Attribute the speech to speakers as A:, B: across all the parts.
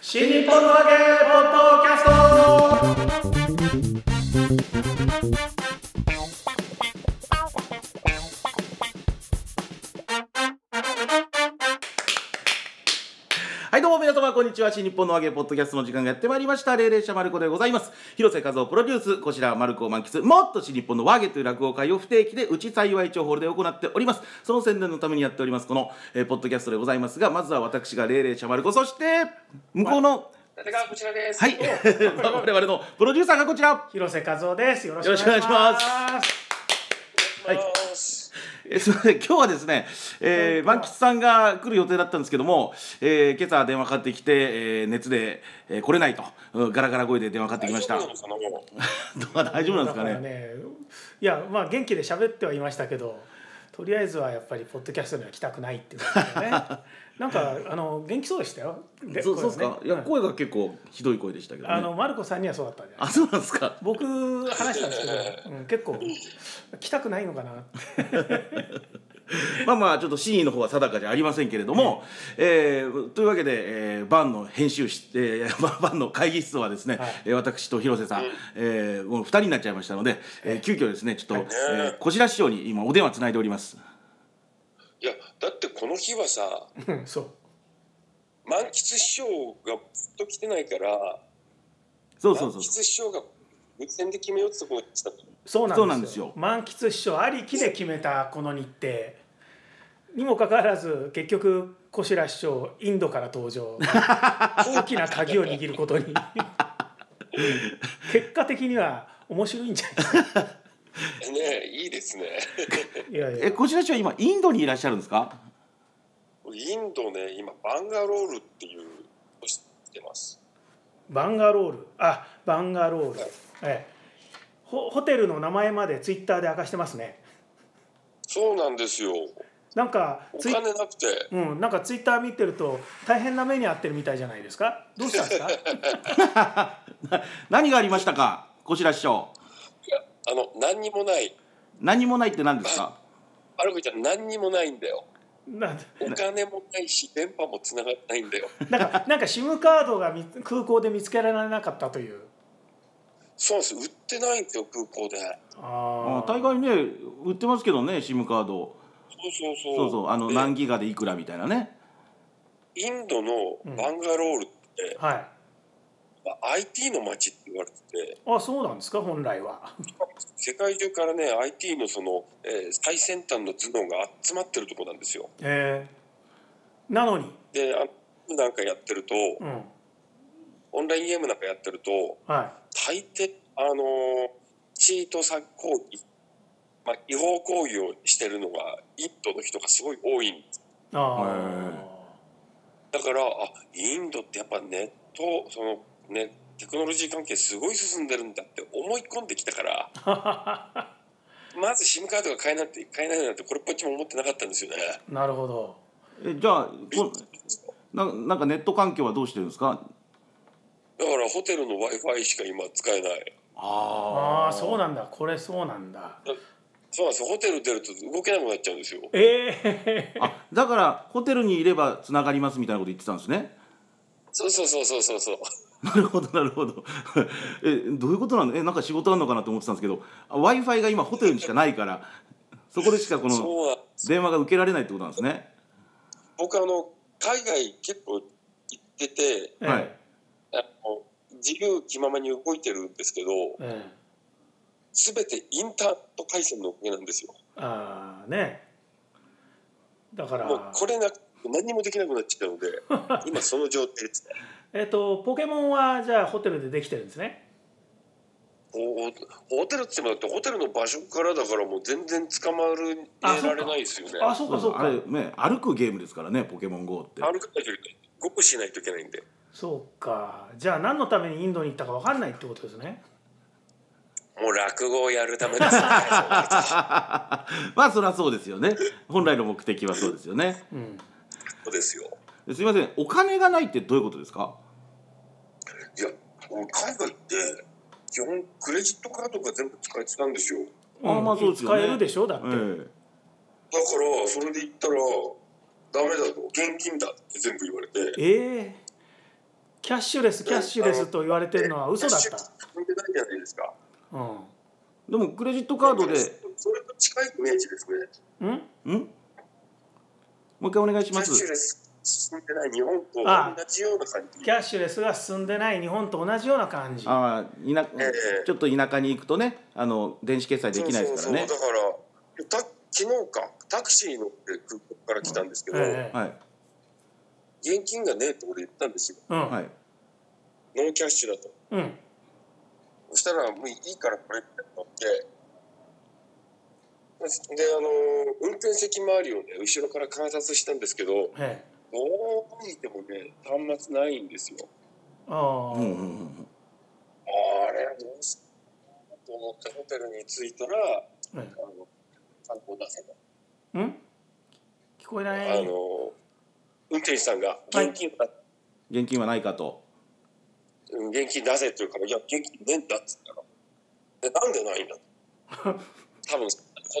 A: 新日本のわけポッドキャストはいどうも皆様こんにちは新日本のわけポッドキャストの時間がやってまいりました霊霊者まる子でございます広瀬和夫プロデュースこちらまる子を満喫もっと新日本のわげという落語会を不定期でうち幸い町ホールで行っておりますその宣伝のためにやっておりますこの、えーポッドキャストでございますがまずは私が霊霊者まる子そして向こうの
B: 誰がこちらです。
A: はい 我々のプロデューサーがこちら
C: 広瀬和夫です。よろし
A: よろしくお願いし
C: す。
B: お願いします。
A: えすみません今 日はですね、えー、満喫さんが来る予定だったんですけども、えー、今朝電話かかってきて、えー、熱で、えー、来れないと、うんガラガラ声で電話かかってきました
B: 大
A: ど
B: 丈夫なのかなも
A: うか大丈夫なんですか
C: だ
A: ね
C: らいやまあ元気で喋ってはいましたけど、とりあえずはやっぱりポッドキャストには来たくないっていうことだ よね。なんかあの元気そうでしたよ。
A: そうそうですか、い
C: 声
A: や
C: はね
A: 声が結構ひどい声でしたけど、ね、
C: あのマルコさんにはそうだったんじゃな
A: あ
C: い。
A: そうなんですか
C: 僕話したんですけど、うん、結構来たくないのかなって。
A: まあまあちょっと真意の方は定かじゃありませんけれども、えーというわけで、えー、バンの編集室、えー、 バンバンの会議室はですね、
C: はい
A: えー私と広瀬さん、えーもう二人になっちゃいましたので、えー急遽ですねちょっと、
C: は
A: え
C: い
A: ー、小白師匠に今お電話つないでおります。
B: ういや、だってこの日はさ、
C: うんそう。
B: 満喫師匠がずっと来てないから、
A: そうそ
B: 満
A: うそう
B: 喫
A: そう。
B: 師匠が無線で決めようってところに来た。
C: そう
A: そう
C: な
A: なん
C: ん
A: で
C: ですす
A: よ
C: よ。満喫師匠ありきで決めたこの日程にもかかわらず結局小白師匠インドから登場大きな鍵を握ることに結果的には面白いんじゃないですか
B: ね、いいですね。
C: いやい
A: え
C: や
A: 小白師匠は今インドにいらっしゃるんですか。
B: インドね、今バンガロールっていうをしてます。
C: バンガロールあバンガロール、ええ、ホホテルの名前までツイッターで明かしてますね
B: そうなんですよ。お
C: なんかツイ
B: 金なくて、
C: うん、なんかツイッター見てると大変な目に遭ってるみたいじゃないですかどうしたんですか
A: 何がありましたか小白師匠。
B: いや、あの何にもない。
A: 何もないって何ですか。
B: アルコちゃん何にもないんだよ。
C: なん
B: お金もないし、電波も繋がってないんだよ。
C: なんか、なんか SIM カードがみ空港で見つけられなかったという。
B: そうなんです。売ってないんですよ、空港で。
C: あ
A: あー大概ね売ってますけどね SIM カード。
B: そうそうそう。
A: そうそうあの
B: で
A: 何ギガでいくらみたいなね。
B: インドのバンガロールって、
C: はい。
B: まあ IT の街って言われてて
C: あ、そうなんですか、本来は。
B: 世界中からね IT のその、えー最先端の頭脳が集まってるとこなんですよ。
C: ええなのに。
B: であなんかやってると
C: うん。
B: オンラインゲームなんかやってると
C: は
B: 大抵あのーチート作行為、まあ、違法行為をしてるのがインドの人がすごい多いんです
C: い。あ
B: だからあインドってやっぱネットそのねテクノロジー関係すごい進んでるんだって思い込んできたから。
C: あ。
B: まず SIM カードが買えないって買えないなんてこれっぽっちも思ってなかったんですよね。
C: なるほど。
A: えじゃあこななんかネット環境はどうしてるんですか
B: だからホテルの w i f i しか今使えない。
A: あ
C: ああ、そう
A: な
C: なんだ。これそうなんだ。
B: そうなんですよホテル出ると動けなくなっちゃうんですよ。
C: ええ
A: あだからホテルにいればつながりますみたいなこと言ってたんですね
B: そうそうそうそうそうそう。
A: なるほどなるほど えどういうことなのえなんか仕事あるのかなと思ってたんですけど w i f i が今ホテルにしかないからそこでしかこの
B: そうなん
A: 電話が受けられないってことなんですね
B: 僕あの海外結構行ってて
C: え
A: は
C: はいい。
B: あの自由気ままに動いてるんですけど
C: ええ
B: 全てインターネット回線のおかげなんですよ。
C: ああ、ね。だから。
B: もうこれなく何もできなくなっちゃう ので今その状態ですね。
C: えっ、と、ポケモンは、じゃあ、ホテルでできてるんですね。
B: ホホテルって言ってもだってホテルの場所からだからもう全然捕まる
C: あ
B: 得られないですよね。
C: あ、そうか、そうか
A: あ。れね歩くゲームですからねポケモン GO って
B: 歩かないといけない。ごっこしないといけないんで。
C: そうか。じゃあ、何のためにインドに行ったかわかんないってことですね。
B: もう落語をやるためですね。
A: まあそりゃそうですよね本来の目的はそうですよね
C: うん。
B: そうですよ。
A: すいませんお金がないってどういうことですか
B: いや、海外って基本クレジットカードが全部使えてたんですよ。だか
A: あーまあそうですよね
C: 使えるでしょだって、
A: ええ
B: らそれで言ったらダメだと現金だって全部言われて。
C: ええキャッシュレスキャッシュレスと言われてるのは嘘だっ
B: キャッシュレス関係ないじゃないですか。
C: た。う
A: でもクレジットカードで
B: それと近いイメージですね。
C: ん。ん
A: んもう一回お願いし
B: キャ
A: ま
B: ッシュ
A: す
B: レス進んでない日本と
C: あ
B: 同じような感じ。
C: キャッシュレスが進んでない日本と同じような感じ。
A: ああ田
B: ええ
A: ちょっと田舎に行くとねあの電子決済できないですからね
B: そうそうそうだからた昨日かタクシー乗って空港から来たんですけど、
C: ええ
A: はい
B: 現金がねえって俺言ったんですよ
C: うん、
A: はい
B: ノーキャッシュだと
C: うん、
B: そしたらもういいからこれってなってであの運転席周りをね後ろから観察したんですけど
C: ええ、
B: どう見てもね端末ないんですよ
C: ああ、
A: うんうんうんうん
B: あれどうすると思ってホテルに着いたらあ
C: え
B: の観光出せた
C: えん、聞こえない。
B: あの運転手さんが現金を出せ
A: 現金はないかと
B: うん現金出せって言うから、いや、現金ねえんだっつったら、でなんでないんだと多分、こ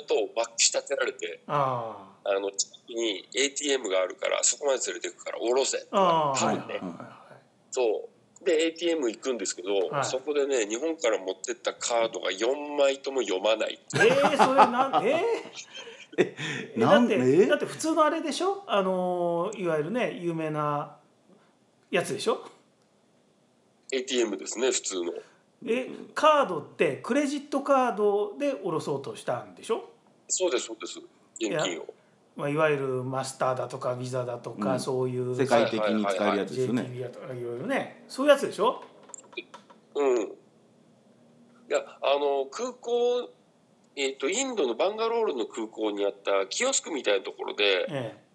B: とをまき立てられて、
C: あ
B: あの、近くに ATM があるから、そこまで連れてくから、おろせ。
C: あ、ああ、
B: 多分ね
C: はいはいはい
B: そう。で、ATM 行くんですけど、
C: はい
B: そこでね、日本から持ってったカードが4枚とも読まない。
C: ええそれなん、えええ
A: なん
C: だって、
A: ええ
C: だって普通のあれでしょあのーいわゆるね有名なやつでしょ
B: ATM ですね、普通の。
C: えカードってクレジットカードで下ろそうとしたんでしょ、
B: そうです、そうです。現金を。
C: まあ、いわゆるマスターだとかビザだとか、
A: うん
C: そういう
A: 世界的に使えるやつですよね
C: JTB だとかいろいろねそういうやつでしょ
B: うん。いや、あの、空港、えっ、と、インドのバンガロールの空港にあったキオスクみたいなところで、
C: ええ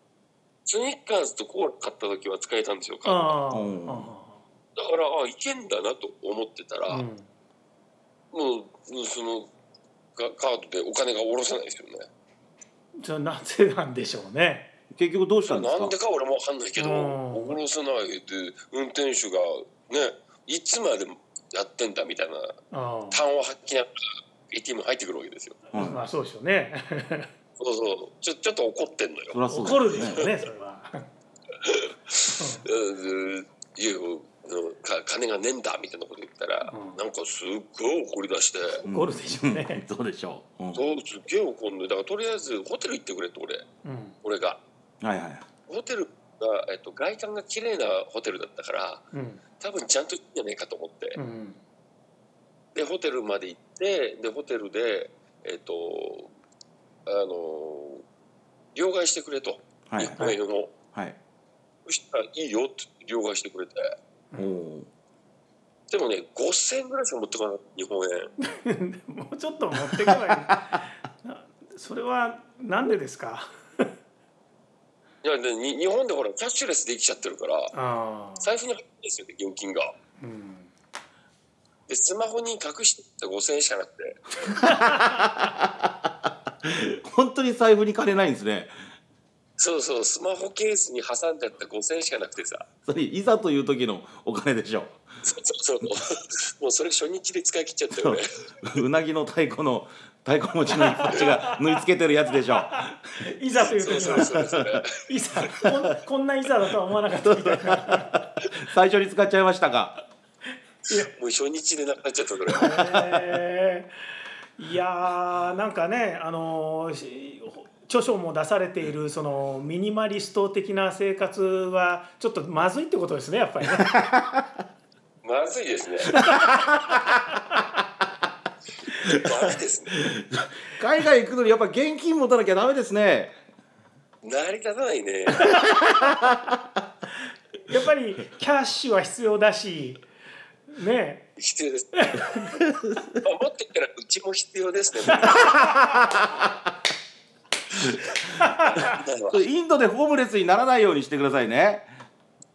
B: スニッカーズとコーラ買った時は使えたんですよ。だから、
C: ああ
A: うん
B: あ、いけんだなと思ってたら、
C: ああう
B: も
C: ん
B: う、もうその、カカードでお金が下ろせないですよね。
C: それなぜなんでしょうね
A: 結局どうしたんです
B: なん
A: か
B: でか俺もわかんないけど、
C: うん
B: 下ろせないで、運転手が、ね、いつまでやってんだみたいな、
C: ああ
B: 単を発揮ながら ATM 入ってくるわけですよ。
A: はい
C: まあそうでしょうね
B: そうそう。ちょ、ちょっと怒ってんのよ
A: そ。りゃそうだよ
C: 怒るでしょうねそれはうん
B: うんいやうんか金がねえんだみたいなこと言ったら、
C: うん
B: なんかすっごい怒り出して、
A: うん
C: 怒るでしょうね
A: そうでしょう、うん
B: そうすっげえ怒んのよだからとりあえずホテル行ってくれって俺
C: うん
B: 俺が
A: はいはい
B: ホテルが、えっと、外観が綺麗なホテルだったから
C: うん
B: 多分ちゃんといいんじゃないかと思って、
C: うん
B: でホテルまで行ってでホテルでえっとあの両替してくれと
A: はい
B: 1
A: は
B: 個
A: い
B: 円を
A: はい
B: そしたらいいよって両替してくれて
A: おお
B: でもね5000円ぐらいしか持ってこなかった日本円。
C: もうちょっと持ってけばいいなそれはなんでですか
B: いやでに日本でほらキャッシュレスできちゃってるから
C: ああ
B: 財布に入ってないですよね現金が
C: うん
B: でスマホに隠してた5000円しかなくて
A: ー本当に財布に金ないんですね
B: そうそうスマホケースに挟んであった5000円しかなくてさ
A: それいざという時のお金でしょ
B: そうそうそうも うそれ初日で使い切っちゃったよね
A: うなぎの太鼓の太鼓持ちの一発が縫い付けてるやつでしょ
C: いざという
B: そう
C: 時
B: そ
C: は
B: うそうそう
C: いざこんこんないざだとは思わなかったみたいな
A: 最初に使っちゃいましたか
B: もう初日でなくなっちゃったから
C: へーいやーなんかねあのーし著書も出されているそのミニマリスト的な生活はちょっとまずいってことですねやっぱ りね。
B: まずいですねまずいですね
A: 海外行くのにやっぱ現金持たなきゃダメですね
B: 成り立たないね
C: やっぱりキャッシュは必要だしね
B: 必 要ですあ持ってったらうちも必要 ですね
A: インドでホームレスにならないようにしてくださいね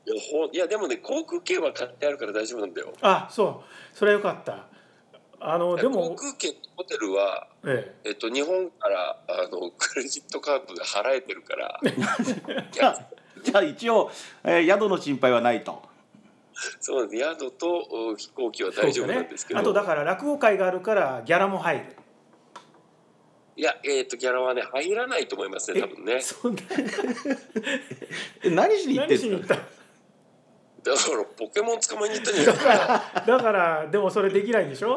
B: いやほんいやでもね航空券は買ってあるから大丈夫なんだよ
C: あそうそれはよかった。あので
B: 航
C: も、
B: 空券ホテルは、
C: え
B: えっと、日本からあのクレジットカードで払えてるから いや
A: じゃあ一応、えー宿の心配はないと
B: そうなんです宿とお飛行機は
C: え、
B: 大丈夫なんですけど、
C: あとだから落語会があるからギャラも入る。
B: いや、えっとギャラはね入らないと思いますね多分ね
C: そんな
A: え何しに行ってん
C: 何しに行
A: すか
C: った？
B: だからポケモン捕まえに行ったんじゃ ない
C: だからでもそれできないんでしょ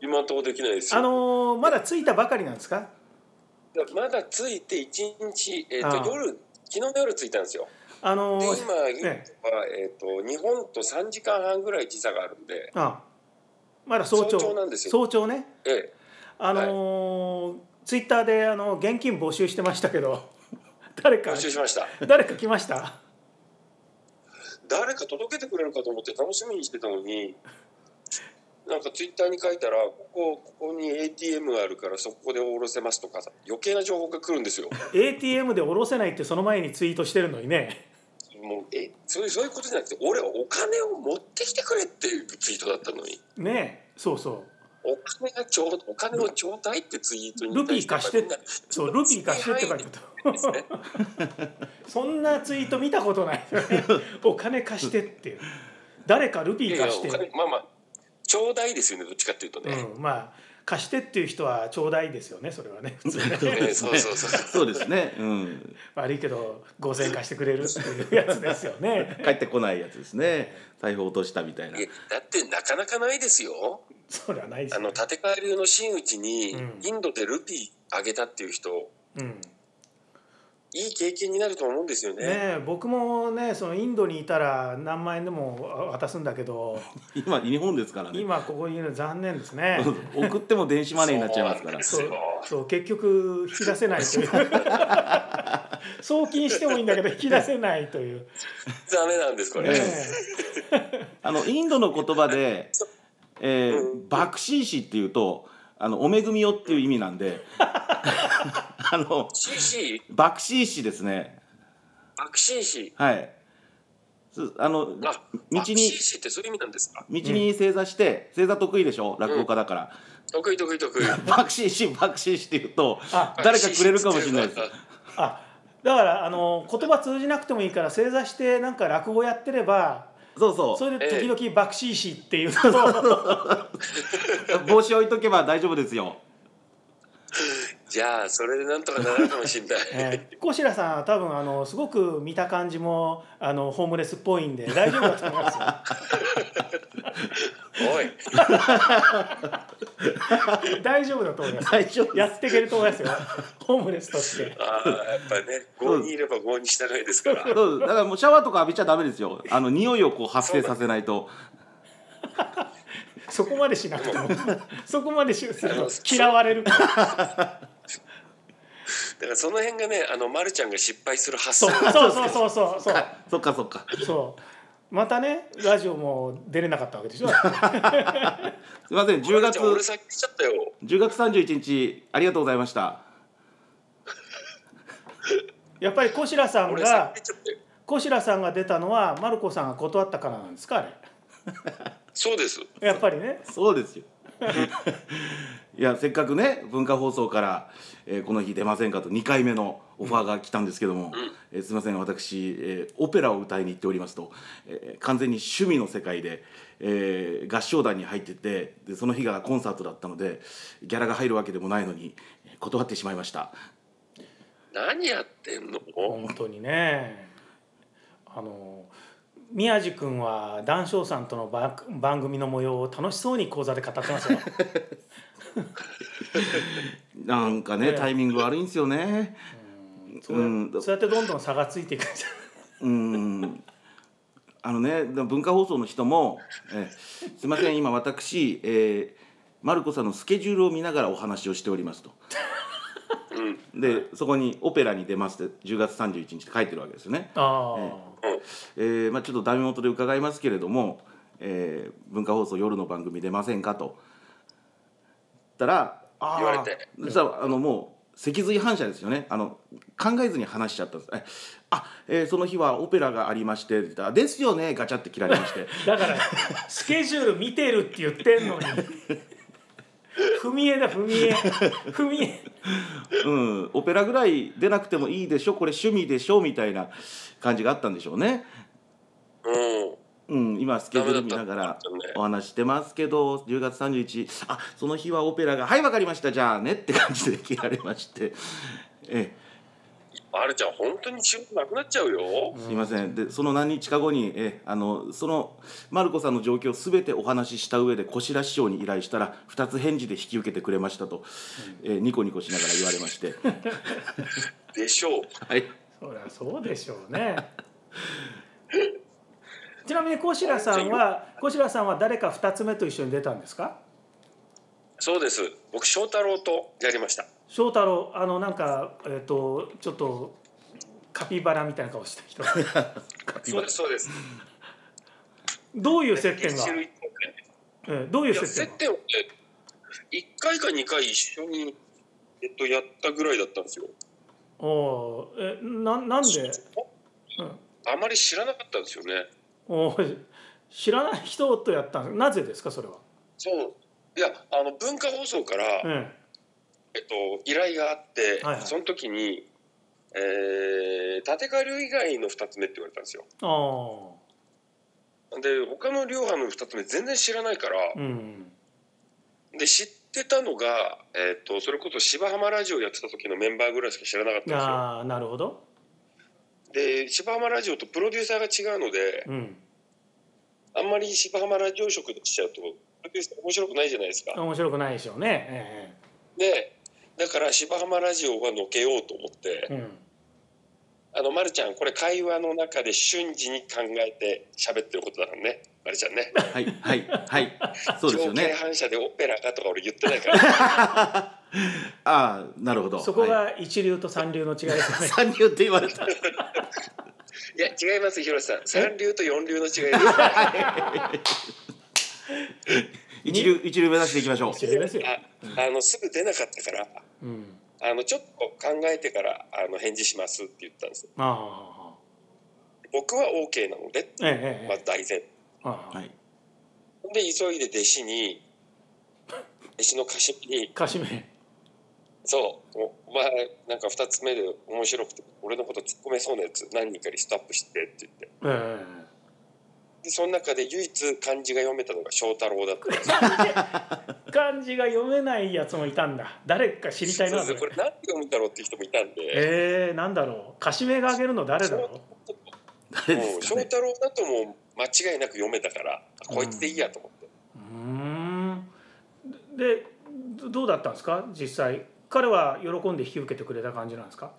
B: 今んとこできないです
C: あ
B: よ
C: のーまだ着いたばかりなんですか
B: だからまだ着いて一日、えー、
C: ああ
B: と夜昨日の夜着いたんですよ
C: あの
B: で
C: ー
B: 今インド
C: え
B: は、えー、と日本と3時間半ぐらい時差があるんで、
C: あまだ早朝
B: 早朝なんですよ
C: 早朝ね
B: え
C: あのーツイッターであの現金募集してましたけど 誰
B: え、
C: か
B: 募集しました
C: 誰か来ました
B: 誰か届けてくれるかと思って楽しみにしてたのになんかツイッターに書いたらここここに ATM があるからそこで下ろせますとか余計な情報が来るんですよ
C: ATM で下ろせないってその前にツイートしてるのにね
B: もうえそういうそういうことじゃなくて俺はお金を持ってきてくれっていうツイートだったのに
C: ねえそうそ
B: お金がちょうお金をちょうだいってツイートに
C: ルピー貸して
B: みんな
C: うそうルピー貸してって書いてた
B: ですね
C: そんなツイート見たこ とないよねお金貸してっていう誰かル
B: い
C: ピ
B: や
C: ー
B: い
C: 貸
B: や
C: し
B: お
C: て
B: 金まあまあちょうだいですよねどっちかっていうとね、
C: うん、まあ貸してっていう人はちょうだいですよねそれはね普通ね
A: そうです
B: そう
A: ね
B: そうそう
A: そうですね、うん、
C: 悪いけど5,000円貸してくれるっていうやつですよね
A: 帰ってこないやつですね財布落としたみ たいない
B: やだってなかなかないですよ
C: それはないです
B: あ
C: よ
B: の立川流の真打ちに
C: うん
B: インドでルピーあげたっていう人、
C: うん、ね
B: いい経験になると思うんですよね
C: え僕もねそのインドにいたら何万円でも渡すんだけど
A: 今日本ですからね
C: 今ここにいるの残念ですね
A: そうそう 送っても電子マネーになっちゃいますから
B: そ
C: そううそう結局引き出せないという送金してもいいんだけど引き出せないという、
B: ダメなんですこれ、
A: え
C: ね
A: えあのインドの言葉で、えー
B: うん
A: バクシーシっていうとあのお恵みよっていう意味なんであの
B: CC
A: バクシーシですね
B: アクシーシ
A: はいすあの道
B: あ
A: に
B: アクシーシってそういう意味なんですか
A: 道に正座して正座得意でしょ落語家だから、
B: 得意得意得意
A: バクシーシバクシーシって言うと
C: あ
A: 誰かくれるかもしれないです
C: あだからあの言葉通じなくてもいいから正座してなんか落語やってれば
A: そうそう
C: それで時々バクシーシーっていうのを
A: 帽子置いとけば大丈夫ですよ
B: じゃあそれでなんとかなるかもしれない、
C: ええ小白さんは多分あのすごく見た感じもあのホームレスっぽいんで大丈夫だと思いますよ
B: おい
C: 大丈夫だと思います
A: 大丈夫
C: やっていけると思 いますよホームレスとして
B: あーやっぱりね5にいれば5に従いですから
A: そうだからもうシャワーとか浴びちゃダメですよあの匂いをこう発生させないと
C: そこまでしなくて もそこまでしする
B: あの
C: と嫌われるから
B: だからその辺がねあの、ま、るちゃんが失敗する発想
C: そうそうそうそうそうそう
A: あそっかそっか
C: そうまたねラジオも出れなかったわけでしょ
A: すいません10
B: ま
A: 月
B: るちゃん俺先来ちゃったよ
A: 10月31日ありがとうございました
C: やっぱり小白さん
B: 俺先
C: が
B: 来ちゃったよ
C: 小白さんが出たのはマルコさんが断ったからなんですかあ
B: そうです
C: れやっぱりね
A: そうですよいやせっかくね文化放送から、えーこの日出ませんかと2回目のオファーが来たんですけども、えーすいません私、えーオペラを歌いに行っておりますと、えー完全に趣味の世界で、えー合唱団に入っててでその日がコンサートだったのでギャラが入るわけでもないのにえー断ってしまいました
B: 何やってんの
C: 本当にねあの宮地君は談笑さんとの番番組の模様を楽しそうに講座で語ってますよ
A: なんか
C: え
A: ね
C: え
A: タイミング悪いんですよね
C: そうやそうやってどんどん差がついていくんじ
A: うんあのね文化放送の人も「えすいません今私、えー、マルコさんのスケジュールを見ながらお話をしております」と。
B: うん
A: でそこに「オペラに出ます」って10月31日って書いてるわけですよね。
C: ゃああ、
A: えーまあ、ちょっとダメ元で伺いますけれども、えー文化放送夜の番組出ませんかと。たらあー
B: 言われて
A: そしたらあのもう脊髄反射ですよねあの考えずに話しちゃったんですえあ、えーその日はオペラがありましてって言ったら「ですよね」ガチャって切られま して
C: だからスケジュール見てるって言ってんのに踏み絵だ踏み絵踏み絵
A: うんオペラぐらい出なくてもいいでしょこれ趣味でしょみたいな感じがあったんでしょうね。
B: うん
A: うん、今スケジュール見ながら
B: ダメだった
A: お話してますけど10月31日あその日はオペラが「はいわかりましたじゃあね」って感じで切られましてええ
B: まるちゃん本当に仕事なくなっちゃうよ
A: すいませんでその何日か後にえあのそのマルコさんの状況を全てお話しした上で小白師匠に依頼したら2つ返事で引き受けてくれましたと、えニコニコしながら言われまして
B: でしょう
A: はい
C: そりゃそうでしょうねちなみに小白さんは小白さんは誰か2つ目と一緒に出たんですか
B: そうです僕翔太郎とやりました
C: 翔太郎あのなんかえっ、とちょっとカピバラみたいな顔した人
B: そうですそうです
C: どういう接点が
B: 月、汁一本で
C: うん、どういう
B: いや
C: 接
B: 接
C: 点が
B: 点をね1回か2回一緒に、えっと、やったぐらいだったんですよ
C: おおーえななんで、うん、
B: あまり知らなかったんですよね
C: おー知らない人とやったんなぜですかそれは、
B: そういやあの文化放送から、
C: うん、
B: えっと、依頼があって、
C: はいはい
B: その時に、えー、立川流以外の2つ目って言われたんですよ
C: ああ
B: で他の流派の2つ目全然知らないから、
C: うん
B: で知ってたのが、えっとそれこそ芝浜ラジオやってた時のメンバーぐらいしか知らなかったんですよ
C: ああなるほど
B: で芝浜ラジオとプロデューサーが違うので
C: うん
B: あんまり芝浜ラジオ色にしちゃうとプロデューサー面白くないじゃないですか
C: 面白くないでしょうねえ
B: でだから芝浜ラジオはのけようと思って
C: えええうん
B: あの、ま、るちゃんこれ会話の中で瞬時に考えて喋ってることだからねまるちゃんね
A: はいはいはいそうですよ
B: 条件
A: ね
B: 反射でオペラかとか俺言っ てないから
A: ああなるほど
C: そこ
A: はい
C: が一流と三流の違いですよ ね。
A: 三流って言われた
B: いや違います広瀬さん三流と四流の違いです
A: 一流一流目指していきましょう
C: 一 流ですよ。
B: ああのすぐ出なかったから
C: うん。
B: あのちょっと考えてからあの返事しますって言ったんです
C: ああ。
B: 僕は OK なので、
C: えええ
B: まあ
C: え、。
B: 大前
C: あ
A: はい
B: で急いで弟子に弟子の歌詞に
C: あ。かしめ。
B: そうおお前なんか2つ目で面白くて俺のこと突っ込めそうなやつ何人かリストアップしてって言って
C: ええ。
B: でその中で唯一漢字が読めたのが翔太郎だったんですよ
C: 漢字が読めないやつもいたんだ。誰か知りたいな。
B: そうですこれ何て読むんだろうって人もいたんで、
C: ええなんだろう。かしめがあげるの誰だろ
A: 誰
B: も
A: で
B: う
A: すか
B: 翔
A: ね
B: 太郎だともう間違いなく読めたから、こいつでいいやと思って
C: う。うーん。で、どどうだったんですか、実際。彼は喜んで引き受けてくれた感じなんですか。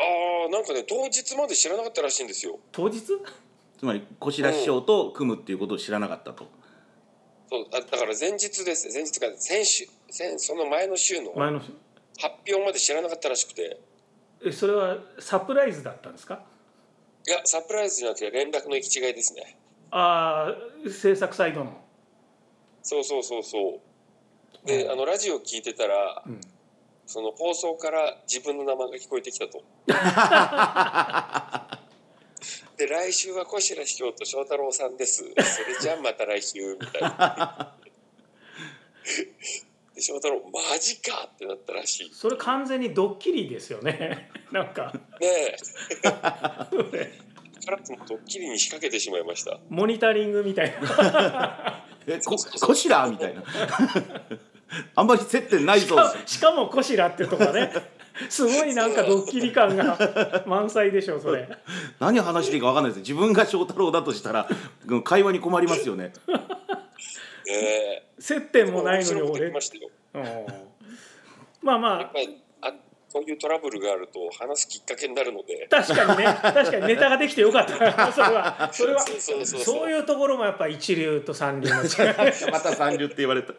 B: ああなんかね当日まで知らなかったらしいんですよ
C: 当日。
A: つまり小白師匠と組むっていうことを知らなかったと
B: そうだだから前日です前日か先週先その前の週の
C: 前
B: 発
C: の。
B: 表まで知らなかったらしくて
C: え、それはサプライズだったんですか。
B: いやサプライズじゃなくて連絡の行き違いですね
C: ああ、制作サイドの。
B: そうそうそうそうであのラジオ聞いてたら
C: うん。
B: その放送から自分の名前が聞こえてき たとで来週は小白師匠と翔太郎さんですそれじゃあまた来週みたいな で翔太郎マジかってなったらしい
C: それ完全にドッキリですよね なんか
B: ねえカラスもドッキリに仕掛けてしまいました。
C: モニタリングみたいな
A: えこ小白みたいな あんまり接点ないそうです
C: しかもコシラってとかねすごいなんかドッキリ感が満載でしょそれ
A: 何話していいか分かんないです自分が翔太郎だとしたらうん会話に困りますよね
B: ねえ
C: 接点もないのに
B: 面白くで
C: 俺
B: きましたよ。
C: うんまあ
B: や
C: ま
B: っぱりあそういうトラブルがあると話すきっかけになるので
C: あ。確かにね確かにネタができてよかったそれはそれは
B: そうそうそうそう
C: そういうところもやっぱ一流と三流の違い
A: また三流って言われた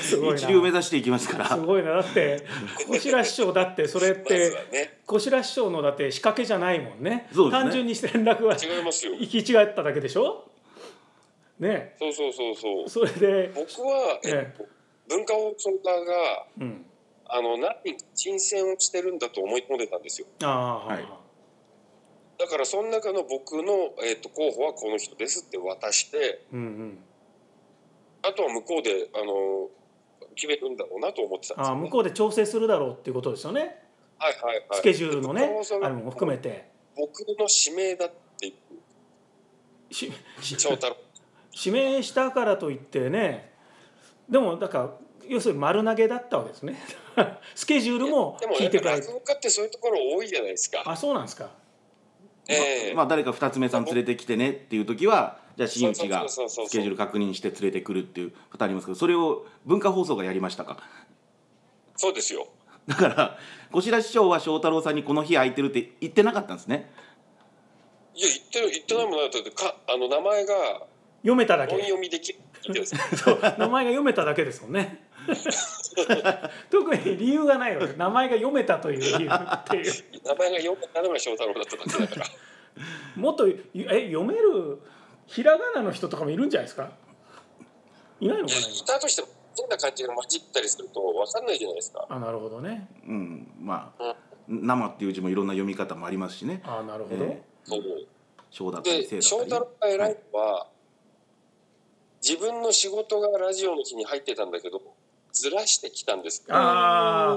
C: すごいな
A: 一流目指していきますから
C: すごいなだってコシラ師匠だってそれっ
B: まずは
C: て
B: ね
C: コシラ師匠のだって仕掛けじゃないもんね
A: そうですね
C: 単純に連絡は
B: 違いますよ。
C: 行き違っただけでしょね
B: そうそうそうそう
C: え。それで、
B: 僕は、え
C: え
B: っと、文化放送側が
C: うん、
B: あの何人か人選をしてるんだと思い込んでたんですよ。
C: ああ、
A: はい
B: だからその中の僕の、えっと、候補はこの人ですって渡して
C: うんうん、
B: あとは向こうであの決めるんだろうなと思ってたんです
C: ああ
B: よ、ね
C: 向。こうで調整するだろうっていうことですよね、
B: はいはいはい、
C: スケジュールの
B: 文化
C: ね
B: 放送
C: あ
B: 側
C: れも含めて
B: 僕の指名だって
C: しし
B: 翔太郎
C: 指名したからといってねでもだから要するに丸投げだったわけですね スケジュールも
B: でもや
C: 聞
B: っ
C: い
B: ぱ
C: てくれ
B: 落語家ってそういうところ多いじゃないですか。
C: あそうなんですか
B: ええ
A: まあ、誰か二つ目さん連れてきてねっていう時はじゃあ新内がス
B: そうそうそうそうそう
A: ケジュール確認して連れてくるっていうパターンありますけどそれを文化放送がやりましたか
B: そうですよ。
A: だから小白師匠は翔太郎さんにこの日空いてるって言ってなかったんですね
B: いや言ってる言ってないもんだってか あの名前が
C: 読めただ
B: 音
C: け
B: 読みできるってやつ
C: そう名前が読めただけですもんね 特に理由がないわけ名前が読めたという理由っていう
B: 名前がよく田村翔太郎だっただけだ から。
C: もっとえ読めるひらがなの人とかもいるんじゃないですかいないのかな
B: ギターとしても変な感じが混じったりすると分かんないじゃないですか。
C: 今あなるほどね
A: うんまあ生っていう字もいろんな読み方もありますしね
C: あなるほど、
A: え
B: そう
A: 翔だったり生
B: で翔
A: だ
B: 太
A: った
B: 郎が偉
A: り
B: いのは、自分の仕事がラジオの日に入ってたんだけどずらしてきたんです
C: ああ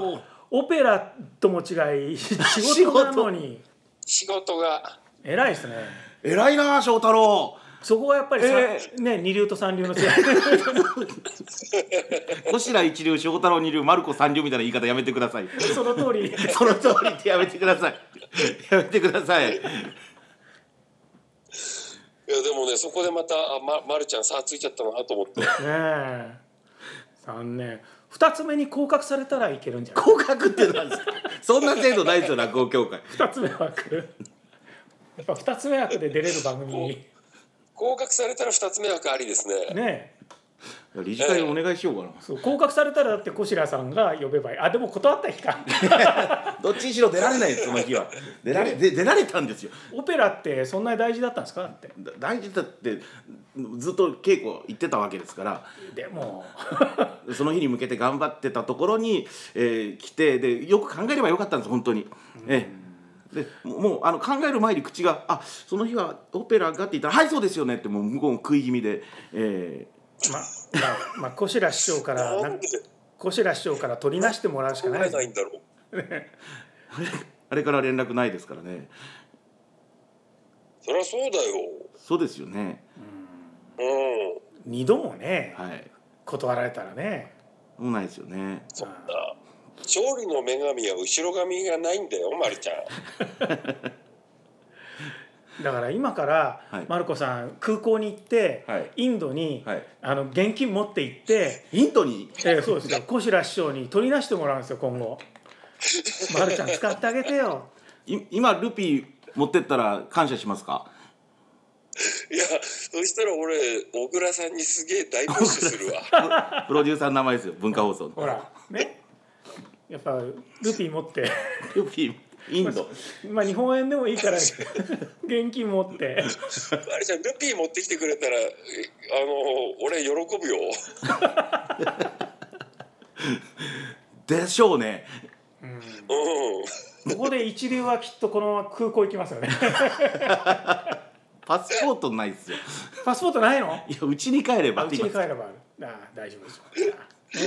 A: おー
C: オペラとも違い仕事なのに
B: 仕事が
C: 偉いですね
A: 偉いなあ翔太郎
C: そこはやっぱりさ、
A: え
C: ね二流と三流の違い
A: 小白一流翔太郎二流マルコ三流みたいな言い方やめてください
C: その通り
A: その通りってやめてくださいやめてください
B: いやでもねそこでまたあ、ま、まるちゃん差ついちゃったなと思って
C: ねえ残念二つ目に降格されたらいけるんじゃない
A: 降格ってなんですかそんな制度ないですよ落語協会
C: 二つ目枠やっぱ二つ目枠で出れる番組に
B: 合格されたら2つ目枠ありですね
C: ねえ
A: 理事会お願いしようか
C: そう降格されたらだって小白さんが呼べばいいあでも断った日か
A: などっちにしろ出られないですその日は出られで出られたんですよ
C: オペラってそんなに大事だったんですかって
A: だ大事だってずっと稽古行ってたわけですから
C: でも
A: その日に向けて頑張ってたところに、えー来てでよく考えればよかったんです本当に。ええでもうもうあの考える前に口が「あその日はオペラが」って言ったら「はいそうですよね」ってもう向こうも食い気味で、え
C: ままあ、まあ、小白師匠から
B: な
C: なん
B: んで
C: 小白師匠から取りなしてもらうしか
B: 考
C: ないで
B: えな
C: すね
B: いんだろう
A: ーあれから連絡ないですからね
B: そりゃそうだよ
A: そうですよね
B: うん
C: 二度もね
A: はい
C: 断られたらね
A: もうないですよね
B: そんな勝利の女神は後ろ髪がないんだよまるちゃん
C: だから今から
A: はい
C: マルコさん空港に行って
A: はい
C: インドに
A: はい
C: あの現金持って行って
A: ヒントに
C: えーそうですよ小白師匠に取りなしてもらうんですよ今後「まるちゃん使ってあげてよ
A: い今ルピー持ってったら感謝しますか
B: いやそしたら俺小倉さんにすげえ大プッシュする わ
A: プロデューサーの名前ですよ文化放送」
C: ほ
A: の
C: らねやっぱルピー持って
A: ルピーインド
C: まあ日本円でもい いから現金持って
B: あれじゃんルピー持ってきてくれたらえあの俺喜ぶよ
A: でしょうね
B: うん
C: ここで一流はきっとこのまま空港行きますよね
A: パスポートないですよ
C: パスポートないの
A: いやうちに帰れば
C: あ
A: っ
C: う
A: て
C: ち
A: 言
C: に
A: います
C: 帰ればあるああ大丈夫です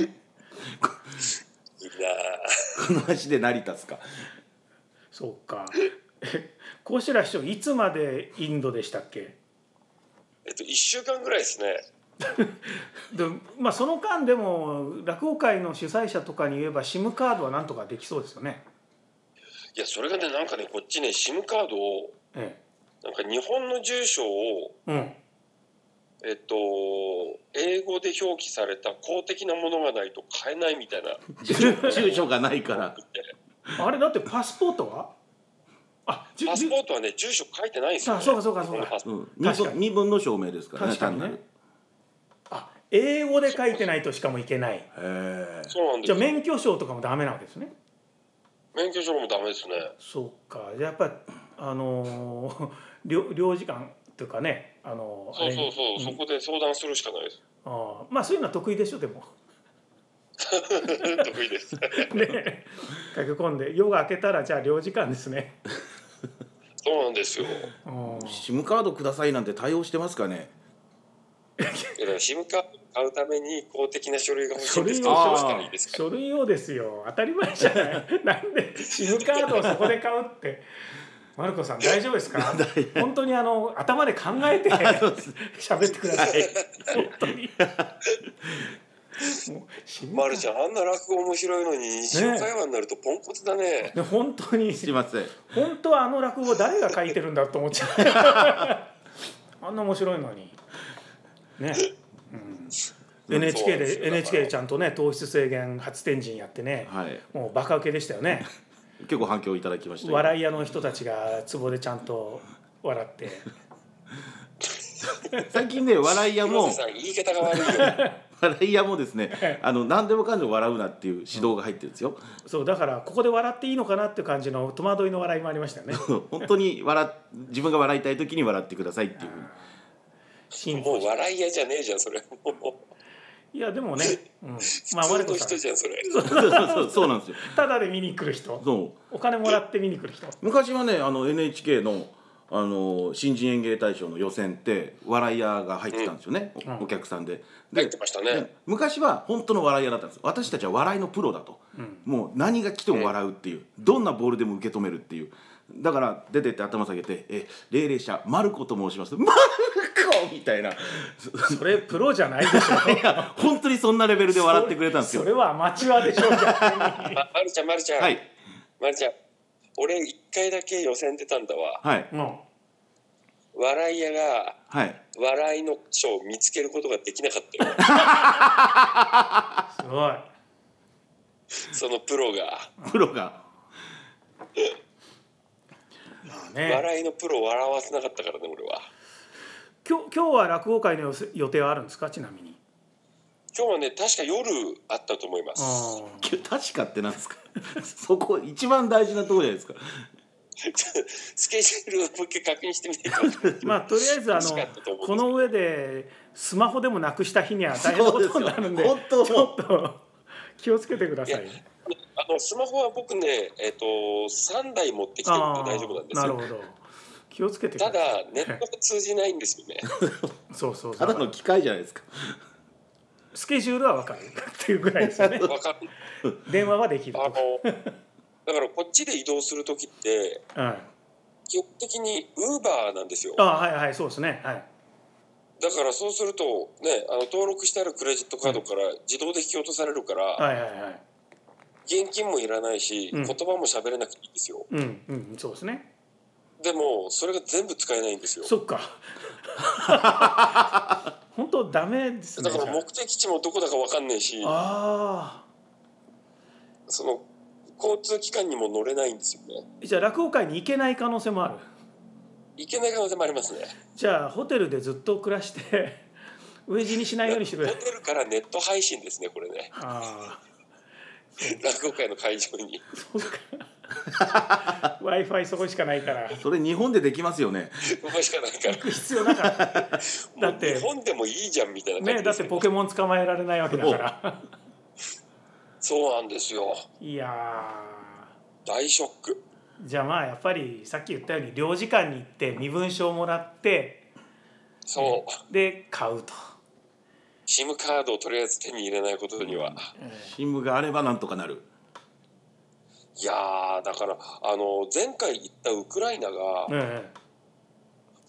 C: よ
B: いいなあ
A: この足で成り立つ か
C: そうかえ小白師匠いつまでインドでしたっけ
B: えっと1週間ぐらいですね
C: でまあその間でも落語会の主催者とかに言えば SIM カードはなんとかできそうですよね
B: いやそれがねなんかねこっちね SIM カードを
C: え
B: なんか日本の住所を
C: えうん
B: えっと英語で表記された公的なものがないと買えないみたいな
A: 住所がないから
C: あれだってパスポートはあじゅ
B: パス
C: じゅ
B: ポートはね住所書いてないんですよ、ね、
C: あそうかそうかそうか
B: 日本のパスポ
A: う
B: ート
A: ん身
C: 確か
A: 分
C: に
A: 身分の証明ですからね
C: 確かにね
A: 単なる
C: あ英語で書いてないとしかもいけない
A: へえ
B: そうなんですよ
C: じゃあ免許証とかもダメなわけですね
B: 免許証もダメですね
C: そうかじゃあやっぱりあのー 領領事館というかねあのー
B: そうそうそう、
C: あれ
B: そこで相談するしかないです
C: ああまあそういうのは得意でしょでも
B: 得意です
C: ね駆け込んで夜が明けたらじゃあ領事館ですね
B: そうなんですよ
C: うん
A: SIM カードくださいなんて対応してますかね
B: だから SIM カード買うために公的な書類が欲しいんですけ
C: 書類
B: ど
C: を
B: どうしたらいいですか
C: 書類用ですよ当たり前じゃないなんで SIM カードをそこで買うってマルコさん大丈夫ですか本当にあの頭で考えて喋ってください本当にもう死ぬ
B: マルちゃんあんな落語面白いのに日常会話になるとポンコツだね
C: で本当に
A: すいません
C: 本当はあの落語誰が書いてるんだと思っちゃうあんな面白いのにね、うん NHK
B: そうですよ
C: で NHK でちゃんとね糖質制限初天神やってね、
A: はい
C: もうバカ受けでしたよね
A: 結構反響いただきましたよ
C: 笑い屋の人たちが壺でちゃんと笑って
A: 最近ね笑い屋
B: 広
A: も
B: 瀬さん言い方が悪いよ
A: 笑い屋もですねあの何でもかんでも笑うなっていう指導が入ってるんですよ、
C: そうだからここで笑っていいのかなっていう感じの戸惑いの笑いもありましたよね
A: 本当に笑っ自分が笑いたい時に笑ってくださいっていう
C: 進
B: も
C: 歩
B: う笑い屋じゃねえじゃんそれもう
C: いやでもね、うん、まあ
B: 普通
C: 我
B: の
C: 子
B: 人
C: さん
B: じゃんそれ
A: そうそうそうそうなんですよ
C: ただで見に来る人
A: そう
C: お金もらって見に来る人
A: 昔はねあの NHK のあの新人演芸大賞の予選って笑い屋が入ってたんですよね、
C: ん
A: おお客さんで。で
B: 入ってましたね
A: で昔は本当の笑い屋だったんです私たちは笑いのプロだと、もう何が来ても笑うっていう、どんなボールでも受け止めるっていうだから出てって頭下げて「え霊霊者マルコと申します」マルコみたいない
C: それプロじゃないでしょ
A: や本当にそんなレ ベルで笑ってくれたんです
C: それ
A: よ。
C: はアマチュアでしょ逆に
B: ままるちゃんまるちゃん、
A: はい、
B: まるちゃん俺一回だけ予選出たんだわ
A: はい、
C: も
B: 笑い屋が
A: はい
B: 笑いの書を見つけることができなかった よ
C: うすごい
B: そのプロが、
A: プロが
C: ね
B: 笑いのプロを笑わせなかったからね俺は
C: 今日今日は落語会の予定はあるんですかちなみに
B: 今日はね確か夜あったと思いま
C: あ
B: す
C: ー
A: きゅ確かってなんですか そこ一番大事なところじゃないですか
B: スケジュールをもう一回確認してみてくだ さい
C: まあとりあえずあ
B: 欲しかったと
C: の
B: 思う
C: この上でスマホでもなくした日には大変なことになるんで
A: そうですよ
C: ちょっと気をつけてください
B: いあのスマホは僕ねえっ、と3台持ってきてるんで
C: あ
B: 大丈夫なんで
C: あ
B: す
C: なる
B: よ
C: ほど気をつけてく
B: た
C: ださい
B: だネットが通じないんです よね
C: そうそうそ
A: ただの
C: う
A: 機械じゃないですか
C: スケジュールはわかるっていうぐらいですよね
B: わかん
C: 電話はでき る
B: あのだからこっちで移動する時って
C: うん、あ
B: 基本的にウーバーなんですよ
C: あ
B: だ
C: はいはいそうですねはい
B: からそうするとねあの登録してあるクレジットカードから自動で引き落とされるから、
C: はいはいはい
B: 現金もいらないし、
C: うん
B: 言葉も喋れなくていいんですよ
C: うんうんそうですね
B: でもそれが全部使えないんですよ
C: そっか 本当ダメですね
B: だから目的地もどこだか分かんないし
C: あ
B: その交通機関にも乗れないんですよね
C: あじゃあ落語会に行けない可能性もある
B: 行けない可能性もありますね
C: じゃあホテルでずっと暮らして 飢え死にしないようにしてく
B: ホ
C: れ
B: テルからネット配信ですねこれ ね
C: あ
B: 落語会の会場に
C: あそうか w i f i そこしかないから
A: それ日本でできますよね
B: ここしかないから
C: 必要なかっただって
B: もう日本でもいいじゃんみたいな感
C: ね
B: じで
C: だっ
B: す
C: て
B: よ
C: ポケモン捕まえられないわけだから
B: そうなんですよ
C: いや
B: 大ショック
C: ーじゃあまあやっぱりさっき言ったように領事館に行って身分証をもらって
B: そう
C: で買うと、
B: SIM カードをとりあえず手に入れないことには
A: 新聞があればなんとかなる
B: いやーだからあの前回行ったウクライナが
C: うんうん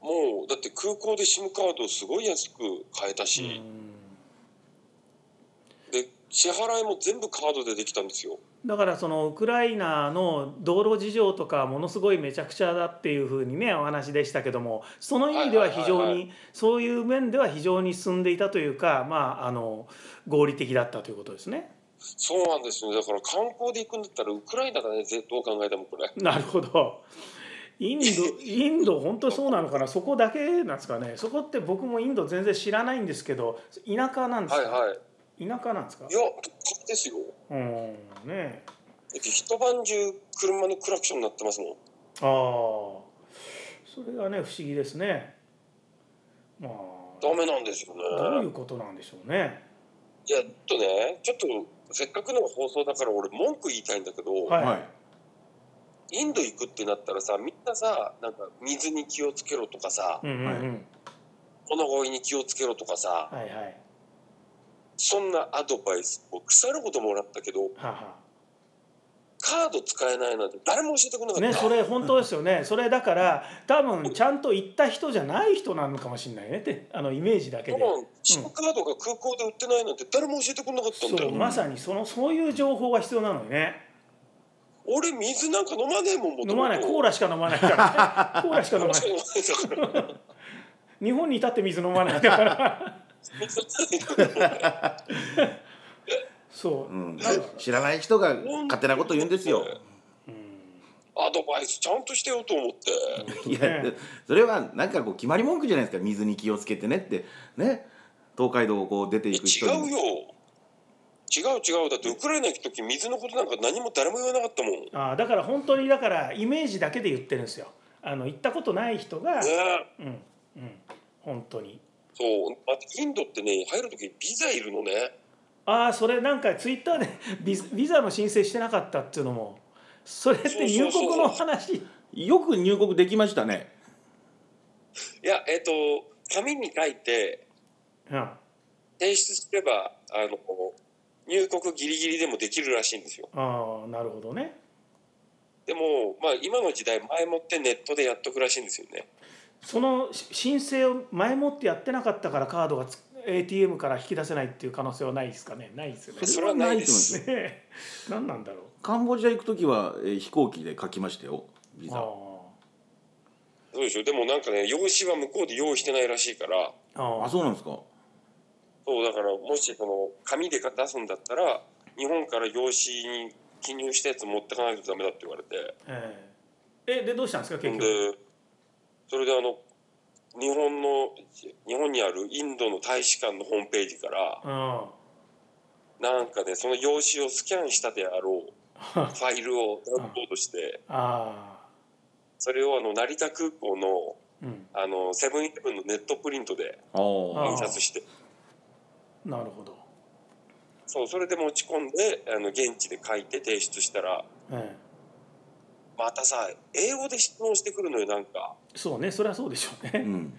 B: もうだって空港で SIM カードすごい安く買えたし、で支払いも全部カードでできたんですよ
C: だからそのウクライナの道路事情とかものすごいめちゃくちゃだっていうふうにねお話でしたけどもその意味では非
B: はい
C: 常
B: はいはい
C: にそういう面では非常に進んでいたというかまああの合理的だったということですね。
B: そうなんですよだから観光で行くんだったらウクライナだねぜどう考えてもこれ
C: なるほどインドインド本当そうなのかなそこだけなんですかねそこって僕もインド全然知らないんですけど田舎なんです
B: は
C: か、
B: いはい
C: 田舎なんですか
B: いやそうですよ
C: うんね
B: だって一晩中車のクラクションになってますもん
C: ああそれがね不思議ですねまあ
B: ダメなんですよね
C: どういうことなんでしょうね。
B: いやちょっとねちょっとせっかくの放送だから俺文句言いたいんだけど、
C: はい
B: インド行くってなったらさみんなさなんか水に気をつけろとかさ
C: うんうんうん。
B: 物乞いに気をつけろとかさ
C: はいはい。は
B: そんなアドバイスを腐るほどもらったけど
C: あはあ。
B: カード使えないなんて誰も教えてくれなかった、
C: ね、それ本当ですよねそれだから多分ちゃんと行った人じゃない人なのかもしれないねってあのイメージだけで
B: うんチップカードが空港で売ってないなんて誰も教えてくれなかったんだ
C: そ
B: よ、
C: うまさにそのそういう情報が必要なのよね
B: 俺水なんか飲まねえもんも
C: 飲まないコーラしか飲ま ないからねコーラしか飲まない
B: 飲まないだから
C: 日本にいたって水飲まないだからそう、
A: うん、知らない人が勝手なこと言うんですよ。
B: アドバイスちゃんとしてよと思って
A: いや
C: ね
A: それはなんかこう決まり文句じゃないですか水に気をつけてねってね東海道をこう出ていく人
B: 違う
A: に
B: よ違う違うだってウクライナ行く時水のことなんか何も誰も言わなかったもんね
C: あーだから本当にだからイメージだけで言ってるんですよあの行ったことない人が、
B: え
C: うんうん本当に
B: そうあとインドってね入る時ビザいるのね
C: ああそれなんかツイッターでビザビザの申請してなかったっていうのもそれって入国の話
A: よく入国できましたね
B: いやえっ、と紙に書いて
C: うん
B: 提出すればあの入国ギリギリでもできるらしいんですよ
C: ああなるほどね
B: でもまあ今の時代前もってネットでやっとくらしいんですよね
C: そのし申請を前もってやってなかったからカードがつ ATM から引き出せないっていう可能性はないですかねないですよね
B: それはないです
C: ね え何なんだろう
A: カンボジア行く時は、えー飛行機で書きましたよビザ
C: あ
B: そうでしょでもなんかね用紙は向こうで用意してないらしいから
C: ー
A: あ
C: あー
A: そうなんですか
B: そうだからもしその紙で出すんだったら日本から用紙に記入したやつ持ってかないとダメだって言われて
C: えええでどうしたんですか結局
B: でそれであの日本の日本にあるインドの大使館のホームページから
C: うん
B: なんかねその用紙をスキャンしたであろう ファイルをダウンロードして
C: ああ
B: それをあの成田空港の
C: うん
B: あのセブンイレブンのネットプリントで
A: あー
B: 印刷して
C: なるほど
B: そうそれで持ち込んであの現地で書いて提出したら
C: え
B: またさ英語で質問してくるのよなんか
C: えそうねそれはそうでしょう
A: う
C: ね
A: ん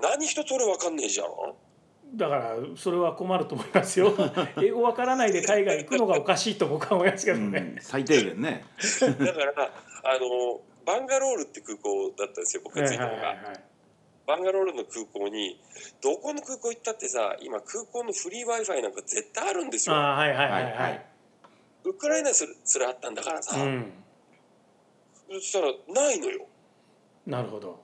B: 何一つ俺分かんねえじゃん
C: だからそれは困ると思いますよ英語わからないで海外行くのがおかしいと僕は思いますけ
A: う
C: どね
A: ん、最低限ね
B: だからあのバンガロールって空港だったんですよ僕
C: ええ
B: が
C: は
B: 着
C: い
B: いた
C: はい
B: のが、
C: はい
B: バンガロールの空港にどこの空港行ったってさ今空港のフリー w i f i なんか絶対あるんです
C: あ
B: よ
C: あはいはいはい
A: は
C: はいい
B: ウクライナするすらあったんだからさ、
C: うん
B: そしたらないのよ
C: なるほど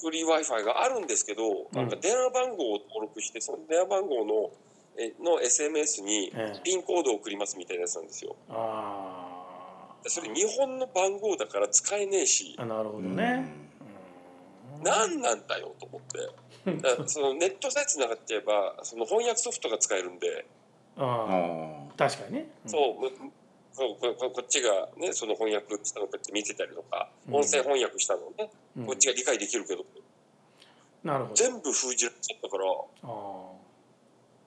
B: フリー w i f i があるんですけど、なんか電話番号を登録してその電話番号のえの SMS に
C: ええ
B: ピンコードを送りますみたいなやつなんですよ
C: あ
B: でそれ日本の番号だから使えねえし
C: あなるほどねうん
B: 何なんだよと思 ってだからそのネットサイトつながっちゃえばその翻訳ソフトが使えるんで、
A: うん
C: あ
A: あ
C: あ確かにね
B: そうむそうこここっちが、ね、その翻訳したのかって見てたりとか
C: うん
B: 音声翻訳したのをね、
C: うん
B: こっちが理解できるけど
C: なるほど
B: 全部封じられちゃったからも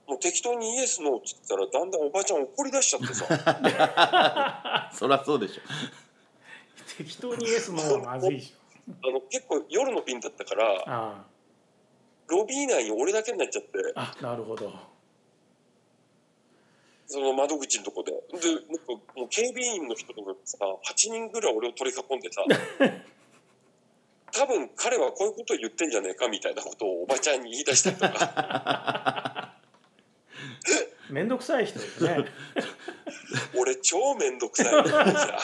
C: ああ
B: う適当にイエスノーって言ったらだんだんおばちゃん怒り出しちゃ ってさ
A: あそりゃそうでしょ
C: 適当にイエスもまずいでしょ
B: あの結構夜の便だったから
C: あ
B: ロビー内に俺だけになっちゃって
C: ああなるほど
B: その窓口のとこで。で、なんかもう警備員の人とかさ、8人ぐらい俺を取り囲んで さ、多分彼はこういうことを言ってんじゃねえかみたいなことをおばちゃんに言い出したりとか、
C: 面倒くさい人ですね
B: 俺超めんどくさいなさ。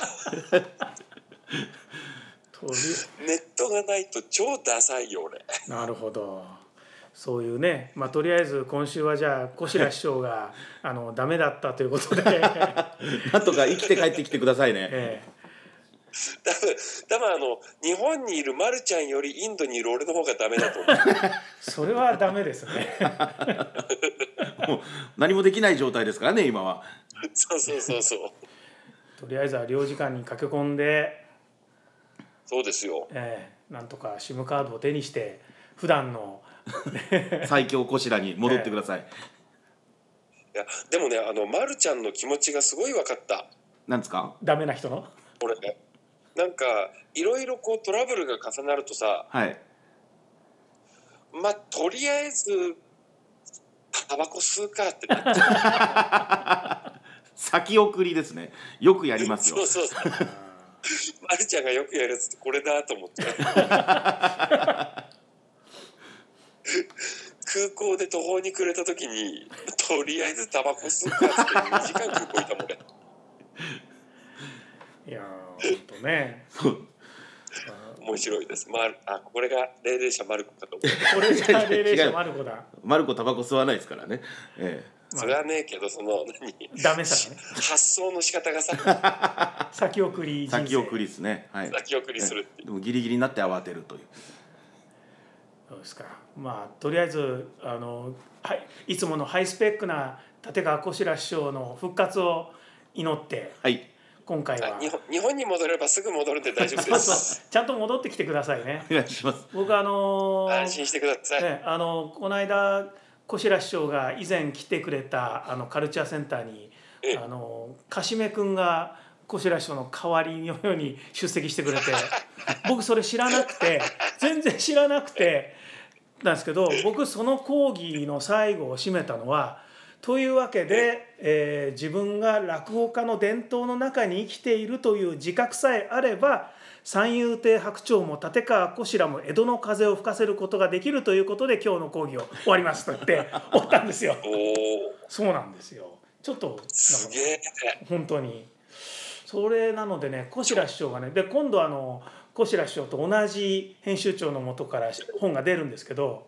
C: とり
B: ネットがないと超ダサいよ俺。
C: なるほど。そういうね、まあ、とりあえず今週はじゃあ小白師匠があのダメだったということ で、
A: なんとか生きて帰ってきてくださいね
C: え
B: 多分、多分あの、日本にいるまるちゃんよりインドにいる俺の方がダメだと 思う。
C: えそれはダメですね。
A: もう何もできない状態ですからね今は
B: そうそうそうそう。
C: とりあえずは領事館に駆け込んで、
B: そうですよ。
C: ええなんとか SIM カードを手にして普段の
A: 最強こしらに戻ってください、
B: いや、でもね、あの、まるちゃんの気持ちがすごい分かった。
A: なんですか
C: ダメな人の
B: 俺ねなんかいろいろこうトラブルが重なるとさ
A: はい
B: まあとりあえずタバコ吸うかってなっちゃう
A: そ先送りですねよくやりますよ
B: そうそうそう。まるちゃんがよくやるやつってこれだと思って。空港で途方に暮れた時にとりあえずタバコ吸うかっつって2時間空港いたもんね
C: いやーほんとね
A: そう
B: 面白いです、まあ、あこれが霊霊者マルコかと思う
C: これが霊霊者マルコだ
A: マルコタバコ吸わないですからね、え
B: それはねえけどその何
C: ダメさがね
B: 発想の仕方がさ
C: 先送
A: え、
C: り人生
A: 先送りですねはい
B: 先送りする っていう
A: でもギリギリになって慌てるという
C: そうですかまあとりあえずあの、はい、いつものハイスペックな立川こしら師匠の復活を祈って
A: はい
C: 今回は
B: あ日本日本に戻ればすぐ戻るんで大丈夫
C: そう
B: で
C: そ
B: す
C: うちゃんと戻ってきてくださいね
A: お願いします
C: 僕あのー
B: 安心してください、
C: ね、あのこの間小白師匠が以前来てくれたあのカルチャーセンターに
B: ええ
C: あのかしめ君が小白師匠の代わりのように出席してくれて僕それ知らなくて全然知らなくてなんですけど僕その講義の最後を締めたのはというわけで、えー自分が落語家の伝統の中に生きているという自覚さえあれば三遊亭白鳥も立川こしらも江戸の風を吹かせることができるということで今日の講義を終わりますと言って終わったんですよ。
B: おお
C: そうなんですよちょっとなんか
B: すげえ
C: 本当にそれなのでね小白師匠がねで今度あの小白師匠と同じ編集長の元から本が出るんですけど。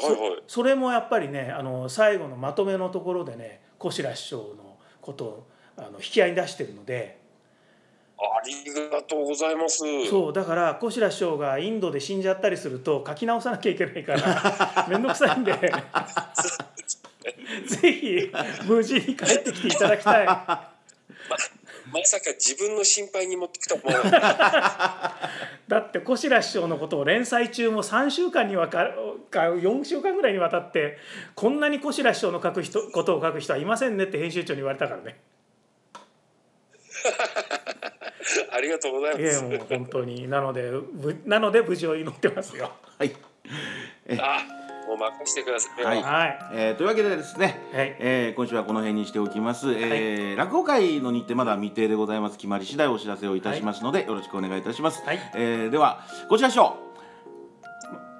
B: はいはい
C: それもやっぱりねあの最後のまとめのところでね小白師匠のことをあの引き合いに出してるので、
B: ありがとうございます。
C: そうだから小白師匠がインドで死んじゃったりすると書き直さなきゃいけないから 面倒くさいんでぜひ無事に帰ってきていただきたい
B: まさか自分の心配に持ってきたもん。
C: だって小白師匠のことを連載中も3週間にわかか4週間ぐらいにわたってこんなに小白師匠の書く人ことを書く人はいませんねって編集長に言われたからね。
B: ありがとうござい
C: い
B: ま
C: や
B: す
C: もう。本当になのでぶなので無事を祈ってますよ。
A: はい、
B: あ、もう任せてください。
A: はい
C: は
A: えーというわけでですね、
C: い。はい。
A: えー今週はこの辺にしておきます、えー落語会の日程まだ未定でございます決まり次第お知らせをいたしますので、よろしくお願いいたします、
C: はい
A: えーではこちらでしょ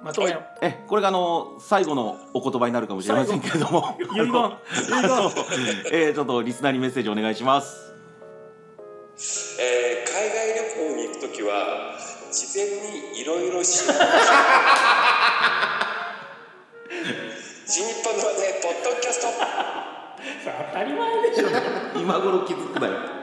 C: まとめよう。
A: うえこれがあの最後のお言葉になるかもしれませんけれども
C: 遺言。遺言。
A: えーちょっとリスナーにメッセージお願いします
B: えー海外旅行に行くときは事前にいろいろし。 新日本のねポッドキャスト。
C: さあ当たり前でしょ。
A: 今頃気づくだよ